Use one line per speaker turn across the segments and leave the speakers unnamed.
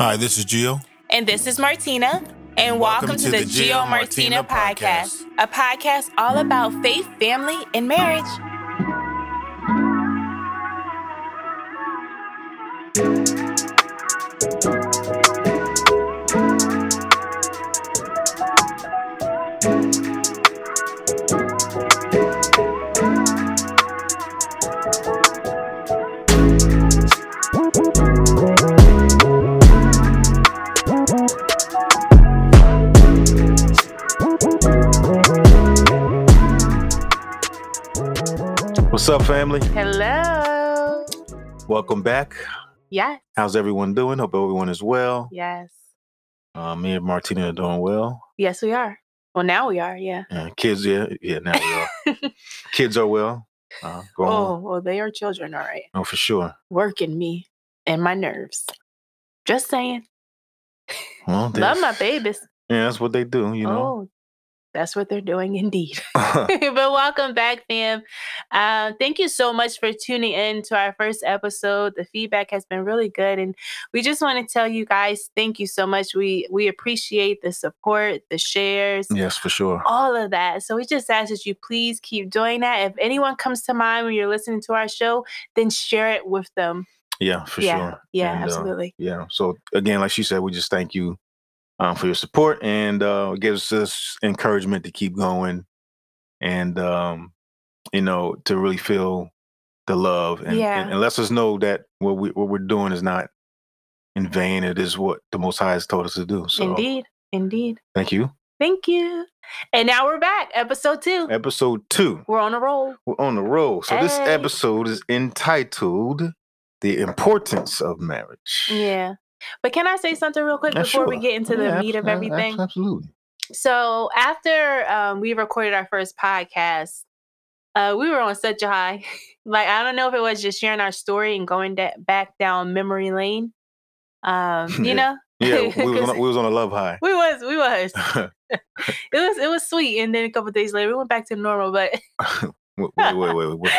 Hi, this is Gio.
And this is Martina. And welcome, to, the, Geo Martina, podcast, a podcast all about faith, family, and marriage.
What's up, family?
Hello.
Welcome back.
Yes,
How's everyone doing? Hope everyone is well.
yes.
Uh, me and Martina are doing well.
Yes, we are. Well, now we are, yeah.
And kids, yeah, yeah, now we are. kids are well. Uh, growing,
Oh,
oh.
well, they are children, all right.
for sure.
Working me and my nerves. Just saying.
Well, they-
Love my babies.
Yeah, that's what they do, you know.
Oh, that's what they're doing indeed. but welcome back, fam. Um, thank you so much for tuning in to our first episode. The feedback has been really good, and we just want to tell you guys thank you so much. We we appreciate the support, the shares.
yes, for sure.
All of that. So, we just ask that you please keep doing that. If anyone comes to mind when you're listening to our show, then share it with them.
Yeah, for
yeah.
sure.
Yeah,
And, uh,
absolutely.
yeah. So again, like she said, we just thank you um, for your support and uh, gives us encouragement to keep going and um, you know to really feel the love and,
Yeah.
and, and lets us know that what we what we're doing is not in vain. It is what the Most High has told us to do. So
Indeed. Indeed.
thank you.
Thank you. And now we're back, episode two.
Episode two.
We're on a roll.
We're on the road. So this
Hey.
episode is entitled "The Importance of Marriage."
Yeah. But can I say something real quick
Uh,
before we
sure.
get into the
Yeah,
meat of
abs- abs-
everything?
Absolutely.
So after um, we recorded our first podcast, uh, we were on such a high. like I don't know if it was just sharing our story and going da- back down memory lane. Um, you
Yeah.
know,
Yeah, we was on,
'Cause-
a- we was on a love high.
we was we was it was it was sweet. And then a couple days later, we went back to normal. But
wait, wait, wait, wait. What,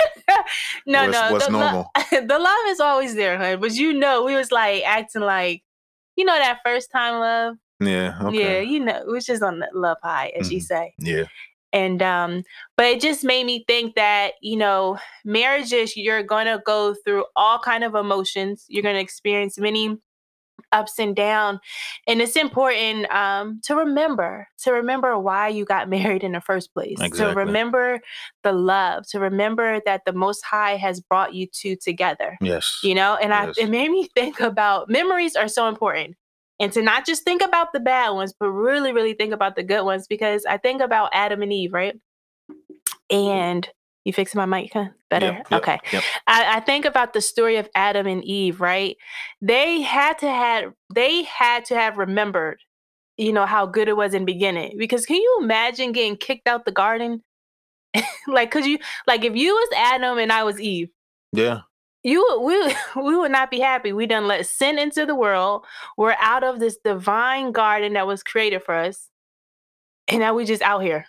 no,
what's,
no,
what's
the, lo-
normal?
the love is always there, honey. But you know, we was like acting like, you know, that first time love.
Yeah, okay.
Yeah, you know, it was just on the love high, as you
Mhm.
say.
Yeah,
And um, but it just made me think that, you know, marriages, you're gonna go through all kind of emotions. You're gonna experience many ups and down. And it's important um to remember, to remember why you got married in the first place. To
Exactly.
remember the love, to remember that the most high has brought you two together
yes.
you know and
Yes.
i it made me think about memories are so important and to not just think about the bad ones but really really think about the good ones because i think about adam and eve right and you fixing my mic huh? better
Yep, yep,
okay
Yep.
I, I think about the story of adam and eve right they had to had they had to have remembered you know how good it was in the beginning because can you imagine getting kicked out the garden like could you like if you was adam and i was eve
Yeah.
you would- we we would not be happy. We done let sin into the world. We're out of this divine garden that was created for us, and now we just out here.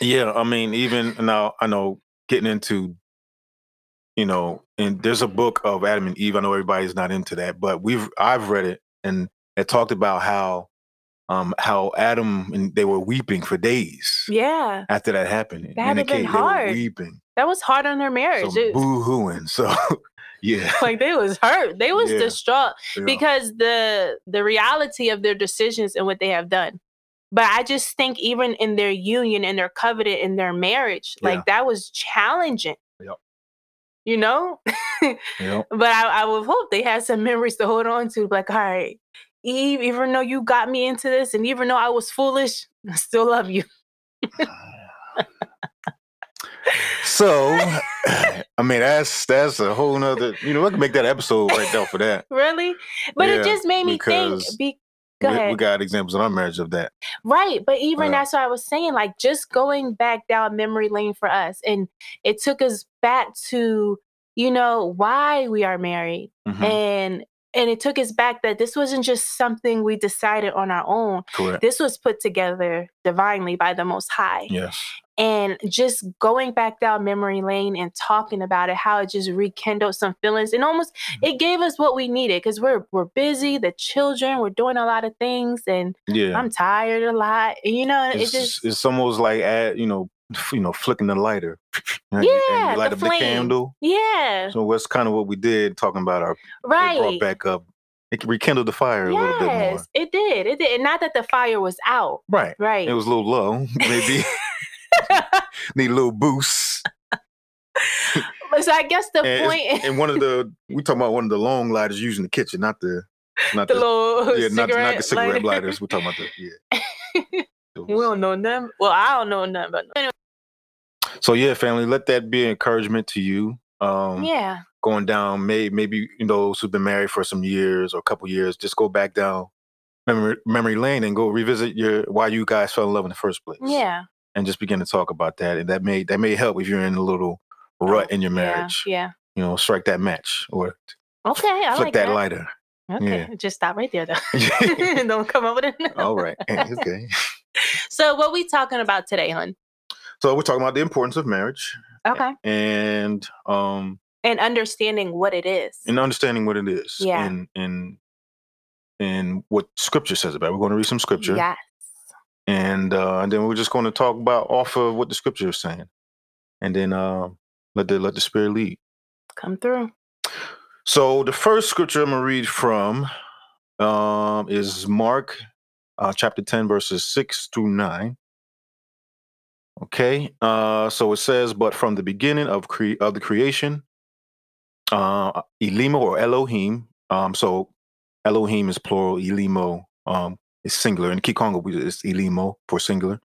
Yeah. I mean, even now, I know getting into, you know, and there's a book of Adam and Eve. I know everybody's not into that, but we've, I've read it and it talked about how, um, how Adam and they were weeping for days
Yeah,
after that happened. In
That
the
had been
cave, they were
hard.
weeping.
that was hard on their marriage.
So
It-
boo hooing. So, yeah.
like they was hurt. They was
Yeah.
distraught
yeah.
because the the reality of their decisions and what they have done. But I just think even in their union and their covenant in their marriage, like
Yeah.
that was challenging.
Yep.
You know,
Yep.
But I, I would hope they had some memories to hold on to. Like, all right, Eve, even though you got me into this, and even though I was foolish, I still love you.
So, I mean, that's that's a whole nother. You know, we can make that episode right now for that.
Really? But
Yeah,
it just made me think.
because
Be- go
we,
ahead.
we got Uh-huh. examples in our marriage of that.
right. But even
Yeah.
that's what I was saying. Like, just going back down memory lane for us, and it took us back to you know why we are married.
Mhm,
and and it took us back that this wasn't just something we decided on our own
Correct.
this was put together divinely by the most high
Yes.
and just going back down memory lane and talking about it, how it just rekindled some feelings and almost
Mm.
it gave us what we needed because we're we're busy, the children, we're doing a lot of things, and
Yeah.
I'm tired a lot. and, You know,
it's,
it just
it's almost like add, you know, you know, flicking the lighter. And you- and you
Yeah, the
light up the
flame.
candle.
yeah,
So that's kind of what we did talking about our it
right.
brought back up. It rekindled the fire a little bit more.
Yes, it did. It did. And not that the fire was out,
Right.
right?
It was a little low. Maybe need a little boost.
so I guess the
And,
point
it's-
is
and one of the we talking about one of the long lighters used in the kitchen, not the not
the
the,
little
yeah, not,
cigarette
not the cigarette
lighter.
lighters. We're talking about the yeah.
We don't know nothing. Well, I don't know nothing about. Anyway,
So yeah, family, let that be encouragement to you. Um
yeah,
going down, may maybe you know those who've been married for some years or a couple years, just go back down memory memory lane and go revisit your why you guys fell in love in the first place.
yeah,
And just begin to talk about that. And that may that may help if you're in a little rut in your marriage.
Oh, yeah,
You know, strike that match or
yeah. Okay, I
flick
like
that,
that.
lighter.
Okay, just stop right there though. don't come up with it.
All right. eh, Okay.
So what we talking about today, hun?
So we're talking about the importance of marriage
Okay,
and um
and understanding what it is.
and understanding what it is.
Yeah.
And and and what scripture says about it. We're going to read some scripture.
Yes.
and uh, and then we're just going to talk about off of what the scripture is saying, and then uh, let the let the spirit lead.
Come through.
So the first scripture I'm gonna read from um, is Mark uh, chapter ten verses six through nine. Okay, uh, so it says, "But from the beginning of cre- of the creation, uh, Elimo or Elohim. Um, so Elohim is plural. Elimo um, is singular. In Kikonga, we- it's Elimo for singular.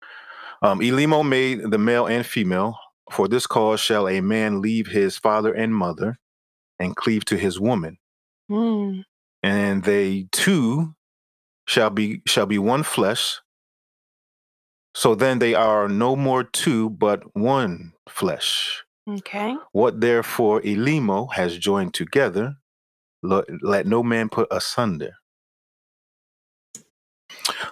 Um, Elimo made the male and female. For this cause shall a man leave his father and mother, and cleave to his woman,
Mm,
and they two shall be shall be one flesh. So then they are no more two, but one flesh.
okay.
What therefore Elimo has joined together, lo- let no man put asunder.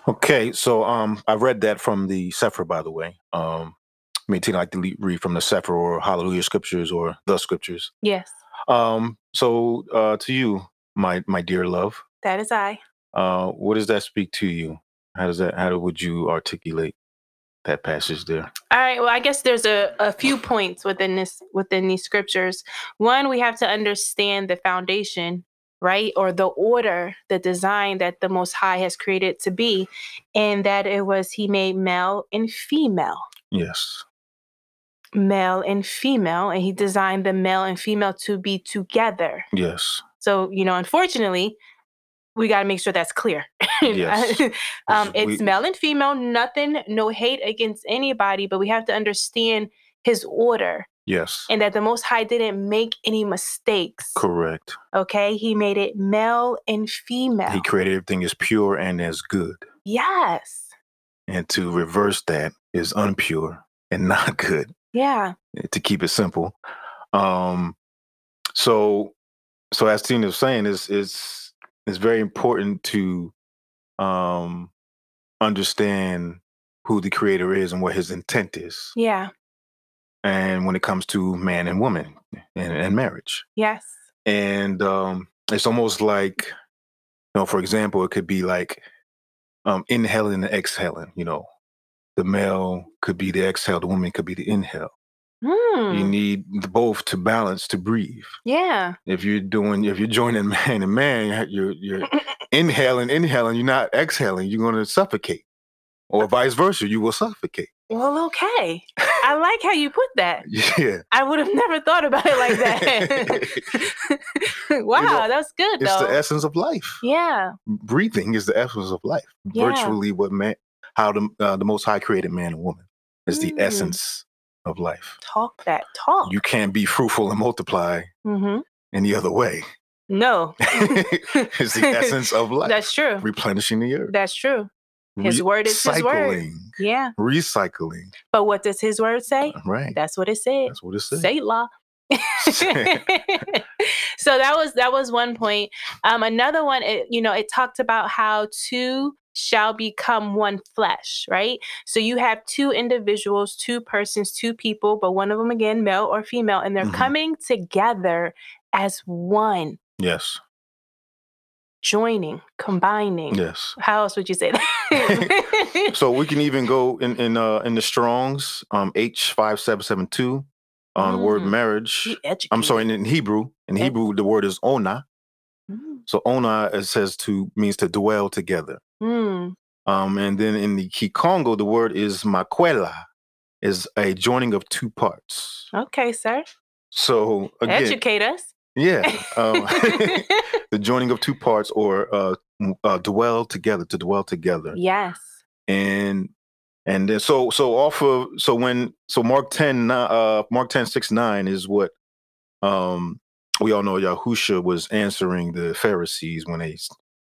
Okay, so um, I read that from the Sefer, by the way. Um, I mean, Tina, I like to le- read from the Sefer or Hallelujah Scriptures or the Scriptures.
Yes,
Um, so uh, to you, my my dear love,
that is I.
uh, what does that speak to you? How does that? How would you articulate that passage there?
All right. Well, I guess there's a, a few points within this within these scriptures. One, we have to understand the foundation, right? Or the order, the design that the most high has created to be, and that it was he made male and female.
Yes.
Male and female, and he designed the male and female to be together.
Yes.
So, you know, unfortunately, we got to make sure that's clear.
Yes.
um,
We-
it's male and female, nothing, no hate against anybody, but we have to understand his order
Yes.
and that the Most High didn't make any mistakes.
Correct.
Okay. He made it male and female.
He created everything as pure and as good.
yes.
And to reverse that is unpure and not good,
Yeah.
to keep it simple. Um so so as Tina was saying, it's it's it's very important to um understand who the creator is and what his intent is.
Yeah.
And when it comes to man and woman and, and marriage.
Yes.
and um it's almost like you know for example it could be like um inhaling and exhaling you know the male could be the exhale the woman could be the inhale you
Hmm.
need the both to balance to breathe
Yeah.
if you're doing if you're joining man and man you're you're inhaling inhaling you're not exhaling you're going to suffocate or vice versa you will suffocate
Well, okay. I like how you put that.
yeah
I would have never thought about it like that. wow, that's good
it's
though.
the essence of life
yeah.
breathing is the essence of life.
Yeah.
Virtually, what man, how the uh, the Most High created man and woman is the
Mm.
essence of life.
Talk that talk.
You can't be fruitful and multiply
hmm
any other way.
No.
it's the essence of life.
That's true.
replenishing the earth.
That's true. His word is his word.
Recycling,
Yeah.
recycling.
But what does his word say?
Right.
That's what it said.
That's what it says.
Say law. so that was that was one point. Um, another one, it, you know, it talked about how two shall become one flesh, right? So you have two individuals, two persons, two people, but one of them again, male or female, and they're
Mhm.
coming together as one,
Yes.
joining, combining.
Yes.
How else would you say that?
So we can even go in in uh in the Strong's um H five seven seven two on the word
Mm.
marriage.
Be
I'm
educated.
sorry, in- in Hebrew. In
Yeah.
Hebrew, the word is ona.
Mm.
So ona it says to means to dwell together.
Mm.
Um, and then in the Kikongo, the word is makwela, is a joining of two parts.
Okay, sir.
So again,
Educate us.
yeah, um, the joining of two parts or uh, m- uh, dwell together, to dwell together,
yes.
and and then so so off of so when so Mark ten ni- uh Mark ten six nine is what um we all know Yahusha was answering the Pharisees when they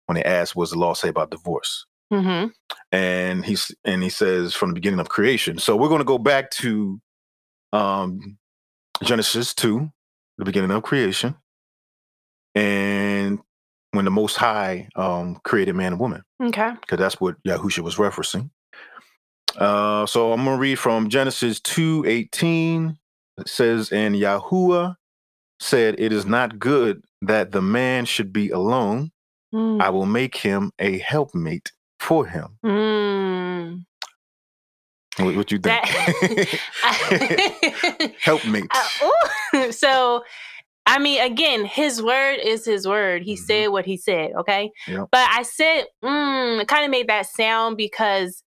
when they asked what's the law say about divorce
Mm-hmm.
and he's and he says from the beginning of creation. So we're going to go back to um, Genesis two, the beginning of creation, and when the Most High um, created man and woman,
Okay.
because that's what Yahusha was referencing. Uh, so I'm going to read from Genesis two eighteen. It says, "And Yahuwah said, It is not good that the man should be alone.
Mm.
I will make him a helpmate for him."
Mm.
What, what you think? Helpmates.
Uh, ooh. so, I mean, again, his word is his word. He
Mhm.
said what he said, okay?
Yep.
But I said, mm, it kind of made that sound because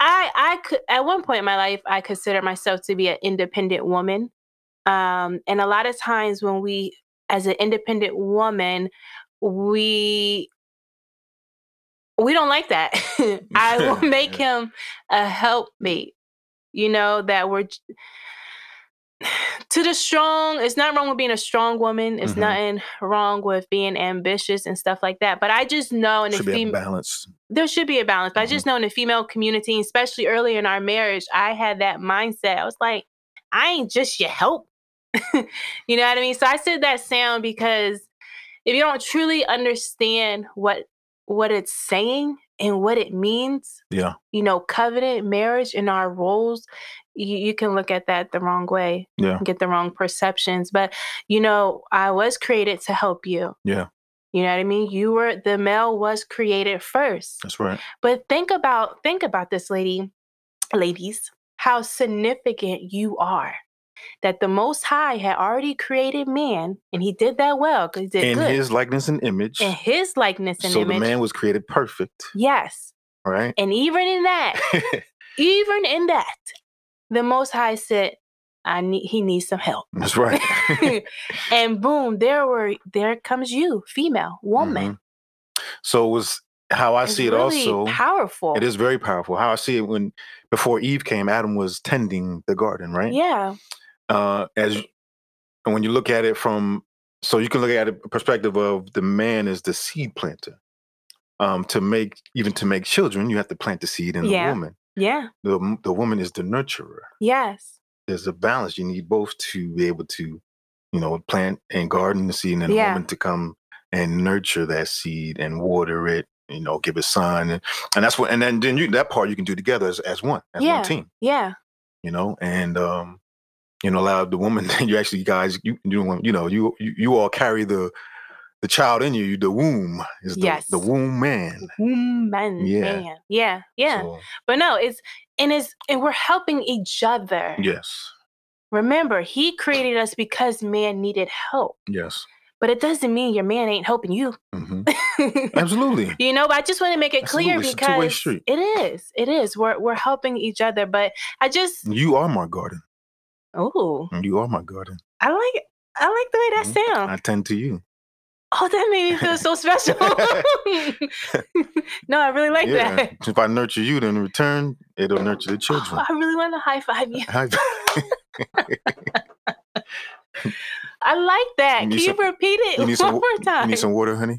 I, I could, at one point in my life, I considered myself to be an independent woman. Um, and a lot of times when we, as an independent woman, we we don't like that. I will make him a helpmate. You know that we're to the strong. It's not wrong with being a strong woman. It's
Mhm.
nothing wrong with being ambitious and stuff like that. But I just know in the
Should be a
female
balance.
there should be a balance. But I
Mhm.
just know in the female community, especially early in our marriage, I had that mindset. I was like, I ain't just your help. you know what I mean? So I said that sound because if you don't truly understand what what it's saying and what it means,
Yeah.
you know, covenant, marriage, and our roles, you, you can look at that the wrong way.
Yeah.
and Get the wrong perceptions. But you know, I was created to help you.
Yeah.
You know what I mean? You were the male was created first.
That's right.
But think about think about this lady, ladies, how significant you are. That the most high had already created man and he did that well cuz he did
In
good.
his likeness and image.
in his likeness and
so
image.
the man was created perfect.
yes.
All right.
And even in that, even in that, the most high said I need he needs some help.
That's right.
and boom, there were there comes you, female, woman.
Mhm. So it was how I
It's
see it
really
also.
powerful.
It is very powerful. How I see it when before Eve came, Adam was tending the garden, right?
Yeah.
uh, as and when you look at it from so you can look at it perspective of the man is the seed planter um, to make even to make children you have to plant the seed in
Yeah.
the woman
Yeah.
the, the woman is the nurturer
Yes.
there's a balance you need both to be able to you know plant and garden the seed and then
Yeah.
the woman to come and nurture that seed and water it you know give it sun and, and that's what and then, then you that part you can do together as, as one as
Yeah.
one team
Yeah.
you know, and um, you know, allow the woman. You actually, guys, you you know, you know, you you, you all carry the the child in you. you- The womb is the,
Yes.
the womb man.
Woman.
Yeah.
Man. Yeah. Yeah.
So,
But no, it's and it's and we're helping each other.
yes,
Remember, he created us because man needed help.
yes,
But it doesn't mean your man ain't helping you.
hmm absolutely.
You know, but I just want to make it clear
Absolutely, it's a two-way
because
street.
it is. It is. We're we're helping each other. But I just
You are my garden. Mm.
oh
You are my garden.
I like I like the way that
Mhm.
sounds.
I tend to you.
Oh, that made me feel so special. no, I really like
yeah.
that.
If I nurture you, then in return, it'll nurture the children.
Oh, I really want to high five you.
Hi-
I like that.
You need
Can you
some-
repeat it
you
one
need some wa-
more
you
time?
need some water, honey.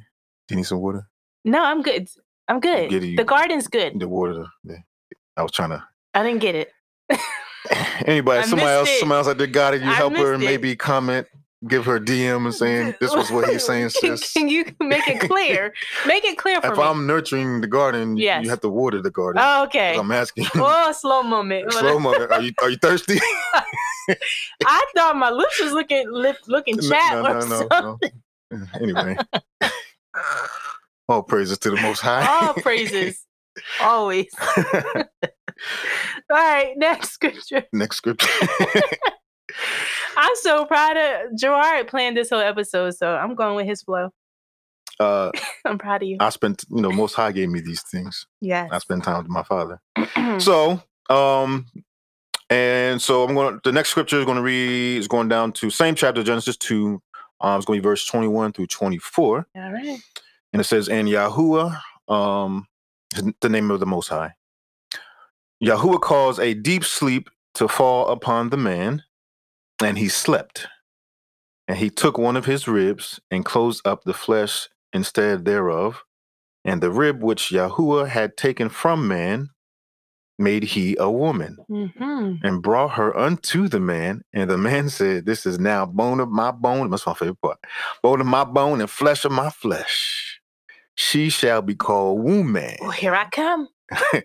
You need some water.
no, I'm good. I'm good.
Get you-
The garden's good.
The water. Yeah. I was trying to
I didn't get it.
anybody,
I
somebody
missed
else,
it.
somebody else out there got it. You
I
help her
missed
and
it.
maybe comment give her DM and saying this was what he's saying,
Can-
sis.
Can you make it clear? make it clear for
If
me.
I'm nurturing the garden, you-
Yes.
you have to water the garden.
oh, okay.
I'm asking. you.
Oh, slow moment.
Slow mo. Are you are you thirsty?
I thought my lips was looking lip, looking chat
no,
or
no, no,
something.
no. Anyway, all praises to the Most High.
All praises, always. All right, next scripture.
Next scripture.
I'm so proud of Gerard planned this whole episode, so I'm going with his flow.
uh,
I'm proud of you.
I spent, you know, Most High gave me these things. I
Yes.
spend time with my father.
Mm.
So, um, and so I'm going. to The next scripture is going to read is going down to same chapter Genesis two. Um, it's going to be verse 21 through 24,
All right.
and it says, "And Yahuwah, um, is the name of the Most High, Yahuwah caused a deep sleep to fall upon the man, and he slept. And he took one of his ribs and closed up the flesh instead thereof, and the rib which Yahuwah had taken from man." Made he a woman
Mm-hmm.
and brought her unto the man. And the man said, This is now bone of my bone. That's my favorite part. Bone of my bone and flesh of my flesh. She shall be called woman
Well, Oh, here I come.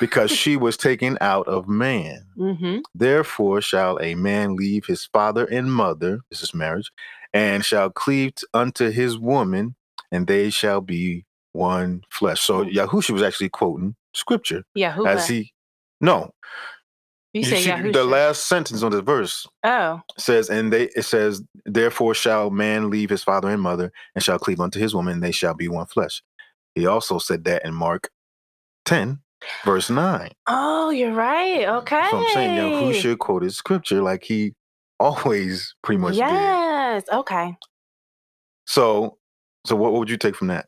because she was taken out of man.
Mm-hmm.
Therefore shall a man leave his father and mother, this is marriage, and shall cleave t- unto his woman, and they shall be one flesh. So Yahusha was actually quoting scripture
Yahuwah.
as he, no,
you
you
say
see
Yahusha.
the last sentence on the verse
oh,
says, and they it says, therefore shall man leave his father and mother, and shall cleave unto his woman, and they shall be one flesh. He also said that in Mark ten, verse nine.
oh, you're right. Okay.
So I'm saying Yahusha quoted scripture like he always pretty much did.
Yes. Okay.
So, so what, what would you take from that?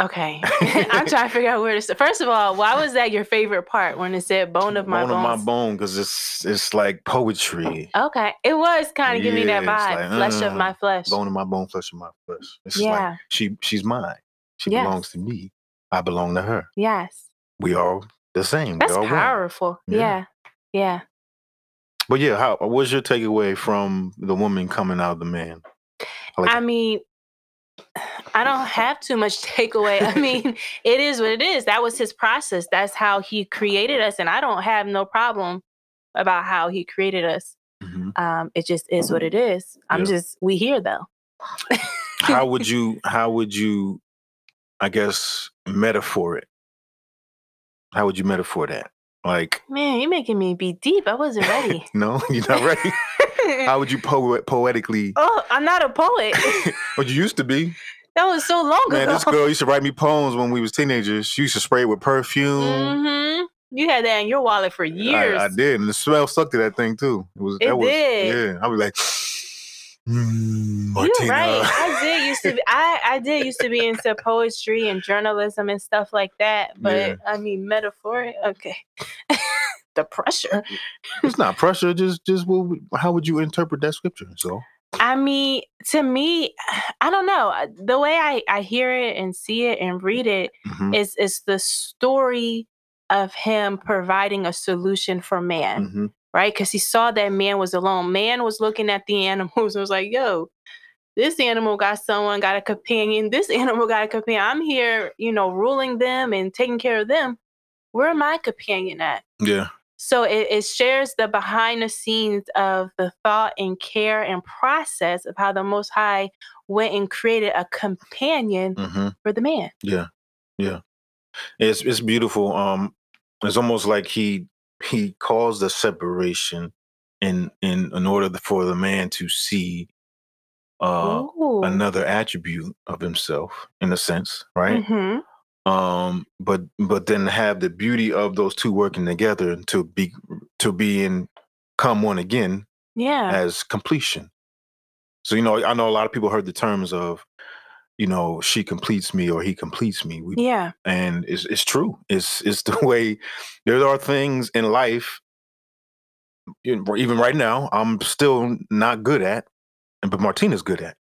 Okay. I'm trying to figure out where to start. First of all, why was that your favorite part when it said bone of my
bone of my
bones? Oh
bone, because it's it's like poetry.
Okay. It was kind of giving me that
Yeah, it's
vibe.
like,
flesh of
uh,
my flesh.
Bone of my bone, flesh of my flesh. It's just like
yeah.
she she's mine. She
Yes.
belongs to me. I belong to her.
Yes.
We are the same.
That's
we are one.
powerful.
Yeah.
Yeah. Yeah.
But yeah, how what was your takeaway from the woman coming out of the man? Like,
I mean, I don't have too much takeaway. I mean, it is what it is. That was his process. That's how he created us. And I don't have no problem about how he created us.
mhm.
Um, it just is what it is. I'm
Yeah.
just, we here though.
how would you how would you I guess metaphor it? How would you metaphor that? Like
Man, you're making me be deep. I wasn't ready.
no, you're not ready. how would you poet poetically
oh, I'm not a poet.
what you used to be?
That was so long
Man,
ago.
this girl used to write me poems when we was teenagers. She used to spray it with perfume.
hmm You had that in your wallet for years.
I, I did, and the smell sucked to that thing too. It was
It
that was
did.
yeah. I was like, mm, Martina.
You're right. I did used to be I, I did used to be into poetry and journalism and stuff like that. But
Yeah.
I mean metaphor, okay. the pressure.
It's not pressure. Just, just what, would- how would you interpret that scripture? So,
I mean, to me, I don't know. The way I, I hear it and see it and read it
mhm,
is is the story of him providing a solution for man,
mhm.
right? Because he saw that man was alone. Man was looking at the animals and was like, yo, this animal got someone, got a companion. This animal got a companion. I'm here, you know, ruling them and taking care of them. Where my companion at?
yeah,
So it, it shares the behind the scenes of the thought and care and process of how the Most High went and created a companion
hmm
for the man.
yeah, yeah. It's it's beautiful. Um, it's almost like he he caused the separation in in in order for the man to see uh
Ooh.
another attribute of himself in a sense, right?
Mhm.
um but but then have the beauty of those two working together to be to be in come one again
Yeah.
as completion so you know i know a lot of people heard the terms of you know she completes me or he completes me we,
Yeah.
and it's, it's true it's it's the way there are things in life in- even right now i'm still not good at but martina's good at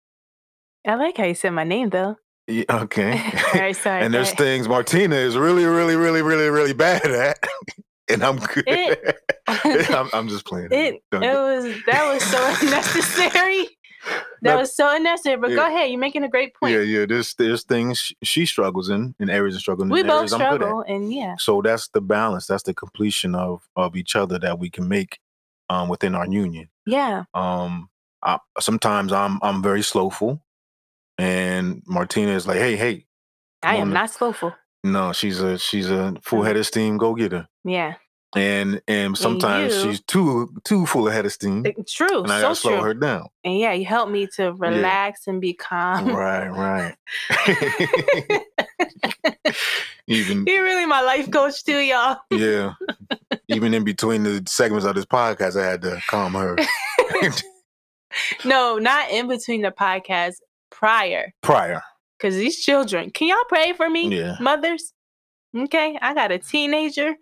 I like how you said my name though.
Yeah,
All
okay
right, sorry.
and
go
there's
ahead.
things Martina is really, really, really, really, really bad at, and I'm good.
It-
I'm, I'm just playing.
It, it was that was so unnecessary. That
Not-
was so unnecessary. But go
Yeah.
ahead, you're making a great point.
yeah, yeah. There's there's things sh- she struggles in, and areas and struggling.
we
in
both
areas I'm good at.
struggle, and yeah,
So that's the balance. That's the completion of of each other that we can make um, within our union.
yeah,
Um, I, sometimes I'm I'm very slowful, and Martina is like, "Hey, hey,
I
on
am
now.
not slowful.
no, she's a she's a
Mm-hmm.
full head of steam. Go get her."
Yeah,
And and sometimes
you-
she's too too full ahead of steam,
It- true,
Mm-hmm. and I
so
gotta slow
true.
her down.
And yeah, you helped me to relax and be calm.
right, right. Even
You're really my life coach too, y'all.
yeah, even in between the segments of this podcast, I had to calm her
No, not in between the podcast prior,
prior.
because these children. Can y'all pray for me,
Yeah.
mothers? Okay, I got a teenager.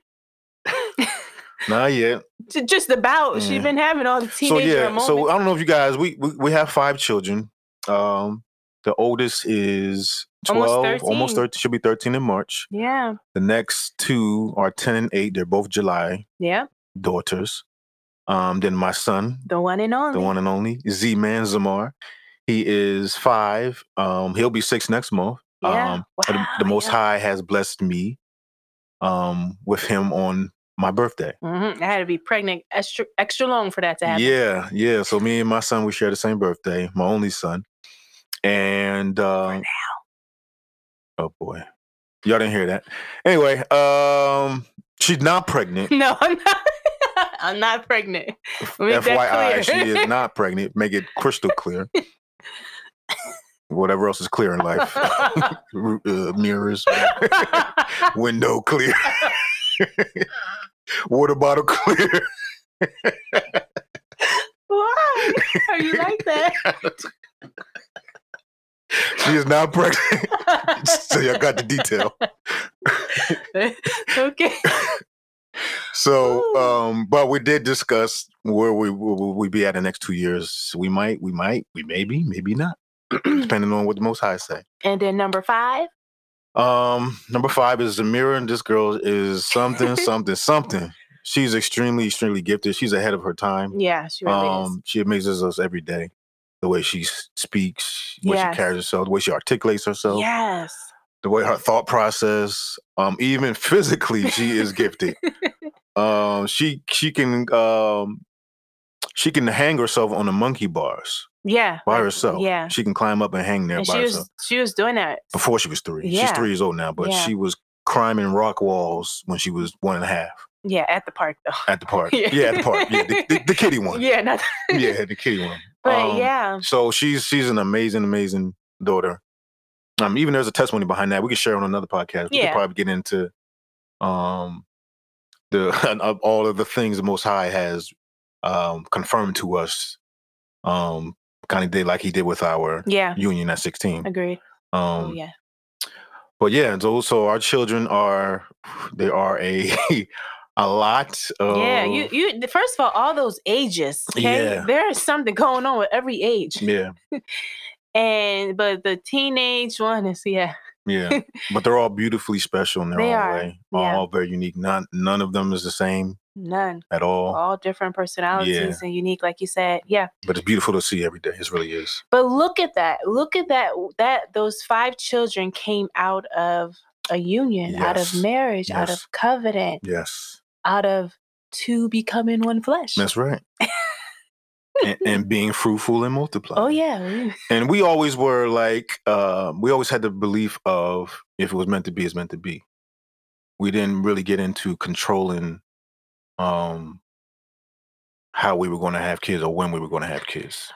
Not yet.
J- Just about.
Yeah.
She's been having all the
Mm. so
teenager
yeah
moments.
so i don't know if you guys we we, we have five children um the oldest is
Almost
12 almost 13.
13.
should be 13 in march
yeah,
the next two are 10 and 8 they're both july
yeah,
daughters um then my son
the one and only.
the one and only z-man zamar he is five um he'll be six next month
Yeah.
um the- the,
Wow,
most
Ah, yeah.
high has blessed me um with him on my birthday
Mhm, I had to be pregnant extra extra long for that to happen.
Yeah, yeah. So me and my son, we share the same birthday, my only son. And uh, oh boy, y'all didn't hear that. Anyway, um, she's not pregnant.
No, I'm not. I'm not pregnant. Make that
FYI,
clear.
she is not pregnant. Make it crystal clear. Whatever else is clear in life, R- uh, mirrors, window clear, water bottle clear.
Why are you like that?
She is not pregnant. so y'all got the detail.
okay.
So,
Ooh.
um, but we did discuss where we where will we be at the next two years. We might, we might, we maybe, maybe not, depending on what the Most High say.
And then number five.
Um, number five is Zamira, and this girl is something, something, something. She's extremely, extremely gifted. She's ahead of her time.
Yeah, she really is.
um, she amazes us every day. The way she s- speaks, the way
Yes.
she carries herself, the way she articulates herself,
yes.
the way her thought process, um, even physically, she is gifted. um she she can um she can hang herself on the monkey bars
Yeah.
by
like-
herself
Yeah.
she can climb up and hang there
And
by
she
herself
was she was doing that.
before she was three
Yeah.
she's three years old now but
Yeah.
she was climbing rock walls when she was one and a half
Yeah, at the park though.
at the park
Yeah.
yeah, at the park yeah the, the, the kitty one
Yeah, not
yeah the kitty one
but
Um,
yeah.
so she's she's an amazing amazing daughter um even there's a testimony behind that we could share on another podcast we
Yeah.
could probably get into um the of all of the things the most high has um confirmed to us um kind of did like he did with our
Yeah.
union at 16 um
Agreed. oh yeah.
but yeah and so so our children are they are a a lot of
yeah, you you the- first of all, all those ages. Okay?
Yeah.
There is something going on with every age.
yeah
And but the teenage one is yeah.
Yeah, but they're all beautifully special in their
They
own
are,
way.
yeah.
All very unique. None, none of them is the same
None.
at all.
All different personalities and unique, like you said. Yeah.
But it's beautiful to see every day. It really is.
But look at that. Look at that. That those five children came out of a union, out of
Yes.
marriage, out
Yes.
of covenant,
Yes,
out of two becoming one flesh.
that's right. and, and being fruitful and multiplying.
oh yeah.
And we always were like, um, we always had the belief of if it was meant to be, it's meant to be. We didn't really get into controlling um, how we were going to have kids or when we were going to have kids.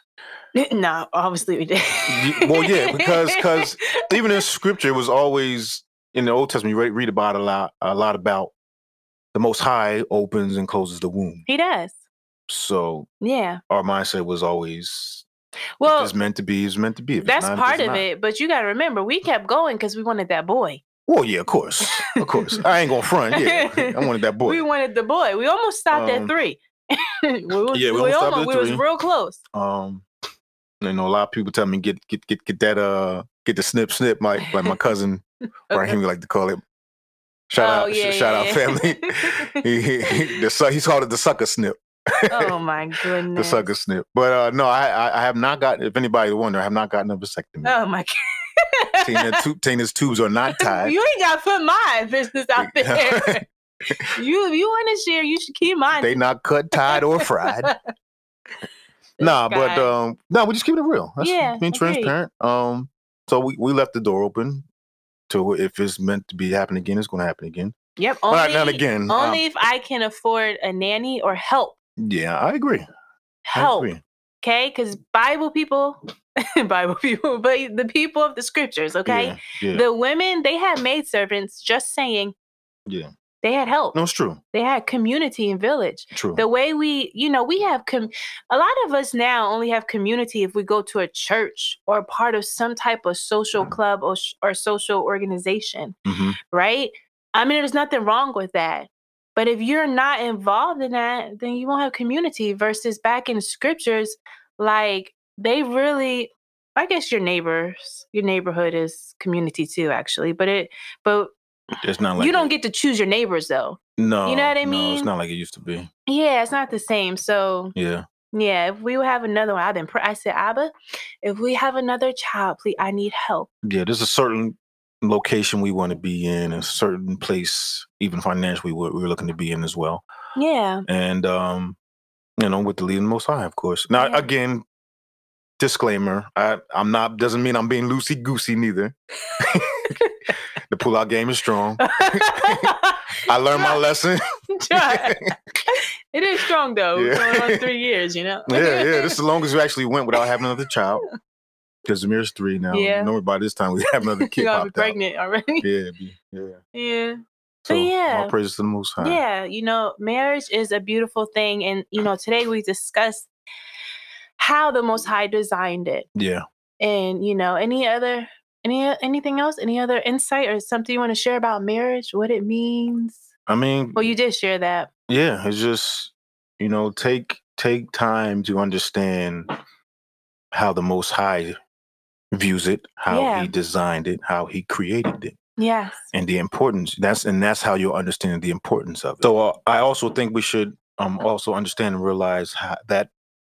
We- no, obviously we did.
Ye- well, yeah, because- 'cause even in scripture it was always in the old testament you read, read about a lot a lot about the most high opens and closes the womb
he does.
so
Yeah.
our mindset was always if
Well,
it's meant to be it's meant to be If it's
that's
not, it's
part of
not.
it. But you got to remember, we kept going because we wanted that boy.
well yeah of course of course i ain't gonna front yeah i wanted that boy
We wanted the boy. We almost stopped at
Um,
three. we was,
yeah, we almost stopped at
we was
three.
real close.
um you know a lot of people tell me get get get get that uh get the snip snip like like my cousin Raheem like to call it Shout
Oh,
out, sh-
yeah,
shout
yeah,
out,
yeah.
family. he, he, he- the, su- he's called it the sucker snip.
oh my
the
goodness.
sucker snip. But uh, no, I, I I have not gotten. If anybody wonder, I have not gotten a vasectomy.
Oh my
Tina, tu- Tina's tubes are not
god.
tied.
you ain't got to put my business out there. you if you want to share, you should keep mine.
they not cut, tied, or fried.
This
nah, but
guy.
um, no, we just keep it real. That's
Yeah,
being
agreed.
transparent. Um, so we, we left the door open to if it's meant to be happen again, it's going to happen again.
Yep.
All
Only,
right, not again. um,
only if I can afford a nanny or help.
yeah, I agree.
Help.
I agree.
Okay? Because Bible people, Bible people, but the people of the scriptures, okay?
Yeah, yeah.
The women, they had maidservants, just saying.
Yeah.
They had help.
no, it's true.
They had community and village.
True.
The way we, you know, we have com- a lot of us now only have community if we go to a church or part of some type of social
Mm.
club or, sh- or social organization,
Mhm.
right? I mean, there's nothing wrong with that. But if you're not involved in that, then you won't have community versus back in scriptures, like they really I guess your neighbors, your neighborhood is community too, actually. But it but
It's not like
you don't
it-
get to choose your neighbors though.
No,
you know what I
No, it's
mean?
not like it used to be.
Yeah, it's not the same. So
Yeah.
yeah, if we would have another one, I've been. Pr- I said, Abba, if we have another child, please, I need help.
yeah, there's a certain location we want to be in, a certain place, even financially, what we're looking to be in as well.
Yeah,
And, um, you know, with the leading most high, of course. Now,
Yeah.
again, disclaimer I, I'm not, doesn't mean I'm being loosey goosey neither. the pull out game is strong. I learned my lesson. yeah,
Try. it is strong though. It's
Yeah.
going on three years, you know.
yeah. This is the longest we actually went without having another child. Because Amir's three now.
Yeah.
Normally by this time we have another kid
You're gonna be
popped out.
pregnant already.
Yeah, it'd be- yeah.
Yeah.
So
yeah.
all praises to the Most High.
Yeah, you know, marriage is a beautiful thing, and you know, today we discussed how the Most High designed it,
Yeah.
and you know, any other. Any anything else? Any other insight or something you want to share about marriage? What it means?
I mean,
Well, you did share that.
yeah, it's just you know take take time to understand how the Most High views it, how
Yeah.
He designed it, how He created it,
Yes.
and the importance. That's and that's how you'll understand the importance of it. So uh, I also think we should um also understand and realize how, that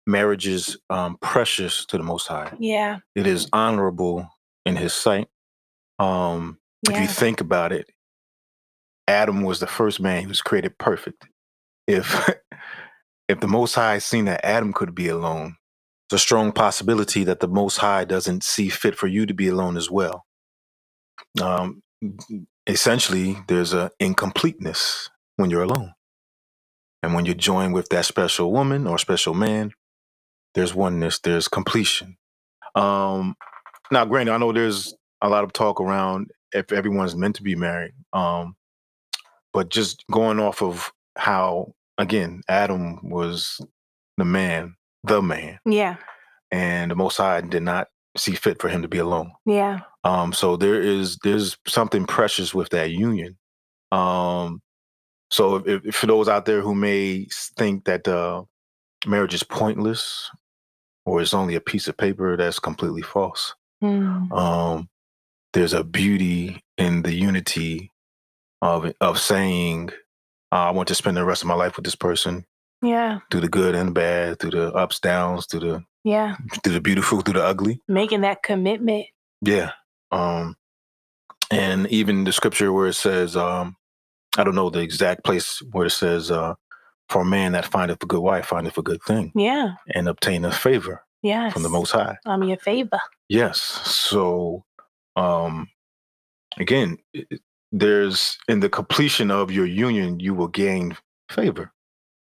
marriage is um, precious to the Most High.
Yeah.
It is honorable in His sight. Um, if you
Yeah.
think about it, Adam was the first man who was created perfect. If if the Most High seen that Adam could be alone, it's a strong possibility that the Most High doesn't see fit for you to be alone as well. Um, essentially, there's a incompleteness when you're alone, and when you're joined with that special woman or special man, there's oneness, there's completion. Um, now, granted, I know there's a lot of talk around if everyone's meant to be married. Um, but just going off of how again Adam was the man, the man,
Yeah.
and the Most High did not see fit for him to be alone.
Yeah.
Um, so there is there's something precious with that union. Um, so if, if for those out there who may s- think that uh, marriage is pointless or it's only a piece of paper, that's completely false
Mm.
um, there's a beauty in the unity of of saying, uh, I want to spend the rest of my life with this person,
Yeah.
through the good and the bad, through the ups, downs, through the
Yeah.
through the beautiful, through the ugly.
Making that commitment.
Yeah. Um, and even the scripture where it says, um, I don't know the exact place where it says, uh, for a man that findeth a good wife findeth a good thing
Yeah.
and obtaineth favor
Yes.
from the Most High.
I'm your favor.
Yes. So, um, again, i- i- there's in the completion of your union, you will gain favor.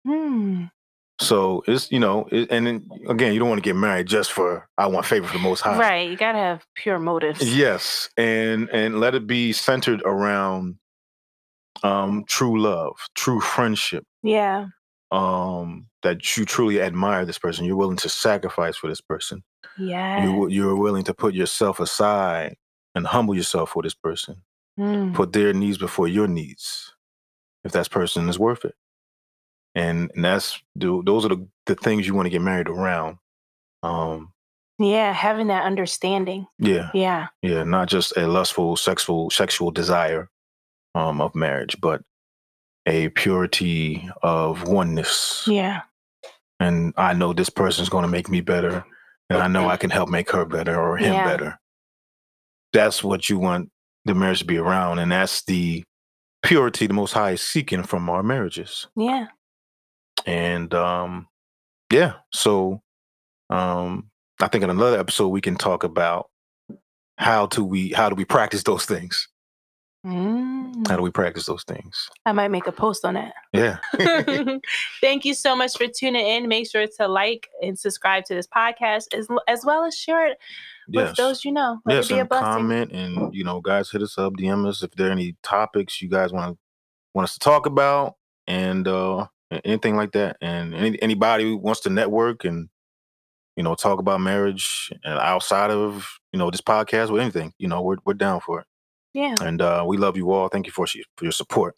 Mm.
So it's you know, it, and then, again, you don't want to get married just for I want favor for the Most High.
Right. You gotta have pure motives.
Yes, and and let it be centered around um true love, true friendship.
Yeah.
Um, that you truly admire this person. You're willing to sacrifice for this person.
Yeah.
You wi- you're willing to put yourself aside and humble yourself for this person.
Mm.
put their needs before your needs if that person is worth it and, and that's tho- those are the, the things you want to get married around um
Yeah. Having that understanding.
yeah
Yeah.
yeah not just a lustful sexual sexual desire um, of marriage, but a purity of oneness.
Yeah.
And I know this person's going to make me better, and I know I can help make her better or him
Yeah.
better. That's what you want the marriage to be around, and that's the purity the Most High is seeking from our marriages.
Yeah.
And um, yeah, so um, I think in another episode we can talk about how do we how do we practice those things?
Mm.
How do we practice those things?
I might make a post on
Yeah.
that. Thank you so much for tuning in. Make sure to like and subscribe to this podcast as, as well as share it with
yes.
those you know. Let
yes,
it be a
and
blessing.
comment and you know, guys hit us up, DM us if there are any topics you guys want want us to talk about and uh a- anything like that. And any, anybody who wants to network and you know, talk about marriage and outside of, you know, this podcast or anything, you know, we're we're down for it.
Yeah.
And uh we love you all. Thank you for for your support.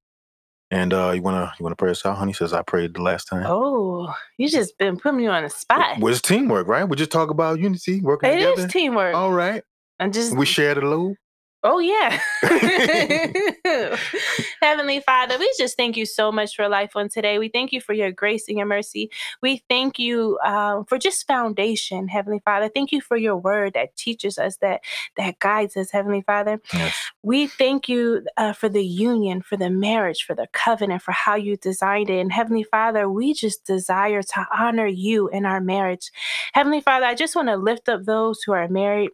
And uh you wanna you wanna pray us out, honey? Says I prayed the last time.
Oh, you just been putting me on the spot.
Well, it's teamwork, right? We just talk about unity, working
It
together. Oh,
is teamwork.
all right.
I'm just
We share the load.
Oh, yeah. Heavenly Father, we just thank you so much for life on today. We thank you for your grace and your mercy. We thank you um, for just foundation, Heavenly Father. Thank you for your word that teaches us, that that guides us, Heavenly Father.
Yes.
We thank you uh, for the union, for the marriage, for the covenant, for how you designed it. And Heavenly Father, we just desire to honor you in our marriage. Heavenly Father, I just want to lift up those who are married.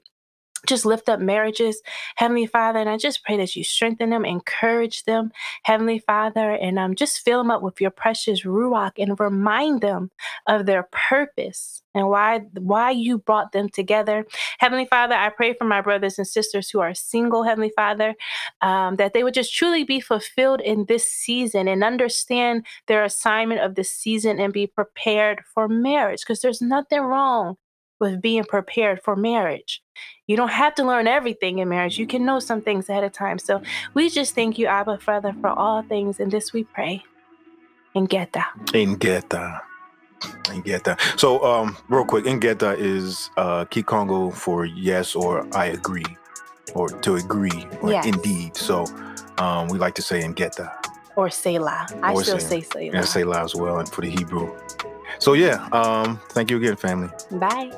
Just lift up marriages, Heavenly Father, and I just pray that you strengthen them, encourage them, Heavenly Father, and um, just fill them up with your precious ruach and remind them of their purpose and why why you brought them together. Heavenly Father, I pray for my brothers and sisters who are single, Heavenly Father, um, that they would just truly be fulfilled in this season and understand their assignment of this season and be prepared for marriage, because there's nothing wrong with being prepared for marriage. You don't have to learn everything in marriage. You can know some things ahead of time. So we just thank you, Abba Father, for all things. And this we pray. And get that.
In Geta. In Geta. So, um, real quick, In Geta is uh, Key Congo for yes or I agree or to agree or
Yes.
indeed. So, um, we like to say In Geta
Or Selah. I
Or
still
Selah.
say Selah.
and say live as well and for the Hebrew. So, yeah, um, thank you again, family.
Bye.